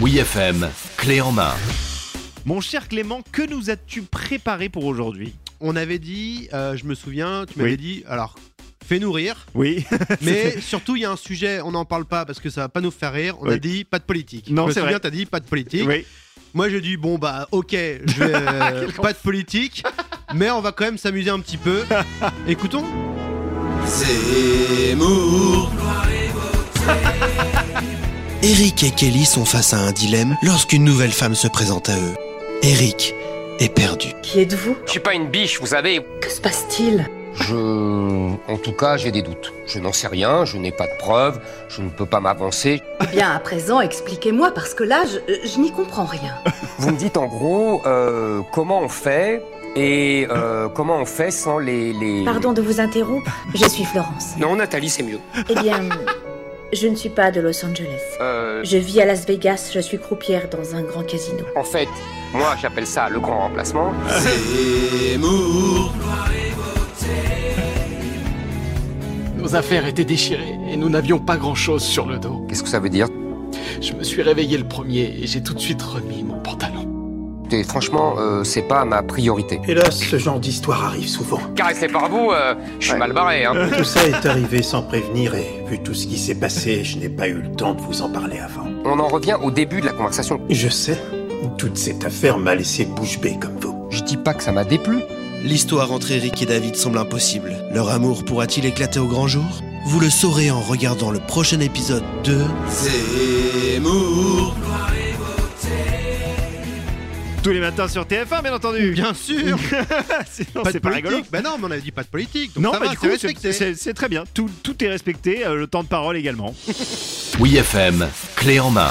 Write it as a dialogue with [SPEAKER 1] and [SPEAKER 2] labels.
[SPEAKER 1] Oui FM, clé en main.
[SPEAKER 2] Mon cher Clément, que nous as-tu préparé pour aujourd'hui
[SPEAKER 3] On avait dit, euh, je me souviens, tu m'avais
[SPEAKER 2] Oui.
[SPEAKER 3] dit, alors fais-nous rire,
[SPEAKER 2] Oui.
[SPEAKER 3] mais surtout il y a un sujet, on n'en parle pas parce que ça va pas nous faire rire. On a
[SPEAKER 2] Oui.
[SPEAKER 3] dit pas de politique.
[SPEAKER 2] Non,
[SPEAKER 3] je me
[SPEAKER 2] c'est
[SPEAKER 3] souviens,
[SPEAKER 2] vrai.
[SPEAKER 3] t'as dit pas de politique.
[SPEAKER 2] oui.
[SPEAKER 3] Moi j'ai dit bon bah ok, je vais, euh, pas de politique, mais on va quand même s'amuser un petit peu. Écoutons.
[SPEAKER 4] Zemmour. Eric et Kelly sont face à un dilemme lorsqu'une nouvelle femme se présente à eux. Eric est perdu.
[SPEAKER 5] Qui êtes-vous
[SPEAKER 6] Je suis pas une biche, vous savez.
[SPEAKER 5] Que se passe-t-il
[SPEAKER 6] Je... En tout cas, j'ai des doutes. Je n'en sais rien, je n'ai pas de preuves, je ne peux pas m'avancer.
[SPEAKER 5] Eh bien, à présent, expliquez-moi, parce que là, je, je n'y comprends rien.
[SPEAKER 6] Vous me dites en gros euh, comment on fait et euh, comment on fait sans les... les...
[SPEAKER 7] Pardon de vous interrompre, je suis Florence.
[SPEAKER 6] Non, Nathalie, c'est mieux.
[SPEAKER 7] Eh bien, je ne suis pas de Los Angeles.
[SPEAKER 6] Euh,
[SPEAKER 7] Je vis à Las Vegas, je suis croupière dans un grand casino.
[SPEAKER 6] en fait, moi, j'appelle ça le grand remplacement.
[SPEAKER 8] Nos affaires étaient déchirées et nous n'avions pas grand-chose sur le dos.
[SPEAKER 6] Qu'est-ce que ça veut dire
[SPEAKER 8] Je me suis réveillé le premier et j'ai tout de suite remis mon pantalon.
[SPEAKER 6] Et Franchement, euh, c'est pas ma priorité.
[SPEAKER 9] Hélas, ce genre d'histoire arrive souvent.
[SPEAKER 6] Caressé par vous, euh, je suis mal barré. Hein.
[SPEAKER 9] Tout ça est arrivé sans prévenir et vu tout ce qui s'est passé, je n'ai pas eu le temps de vous en parler avant.
[SPEAKER 6] On en revient au début de la conversation.
[SPEAKER 9] Je sais, toute cette affaire m'a laissé bouche bée comme vous.
[SPEAKER 6] Je dis pas que ça m'a déplu.
[SPEAKER 4] L'histoire entre Eric et David semble impossible. Leur amour pourra-t-il éclater au grand jour Vous le saurez en regardant le prochain épisode de Zemmour.
[SPEAKER 2] Tous les matins sur TF1, bien entendu.
[SPEAKER 3] Bien
[SPEAKER 2] Sinon,
[SPEAKER 3] sûr. pas de
[SPEAKER 2] c'est pas
[SPEAKER 3] politique.
[SPEAKER 2] rigolo.
[SPEAKER 3] Bah non, mais on avait dit pas de politique. Donc
[SPEAKER 2] Non,
[SPEAKER 3] ça
[SPEAKER 2] mais
[SPEAKER 3] va,
[SPEAKER 2] du
[SPEAKER 3] c'est
[SPEAKER 2] coup, c'est-
[SPEAKER 3] respecté.
[SPEAKER 2] c'est c'est très bien. Tout, tout est respecté, euh, le temps de parole également.
[SPEAKER 1] Oui FM, clé en main.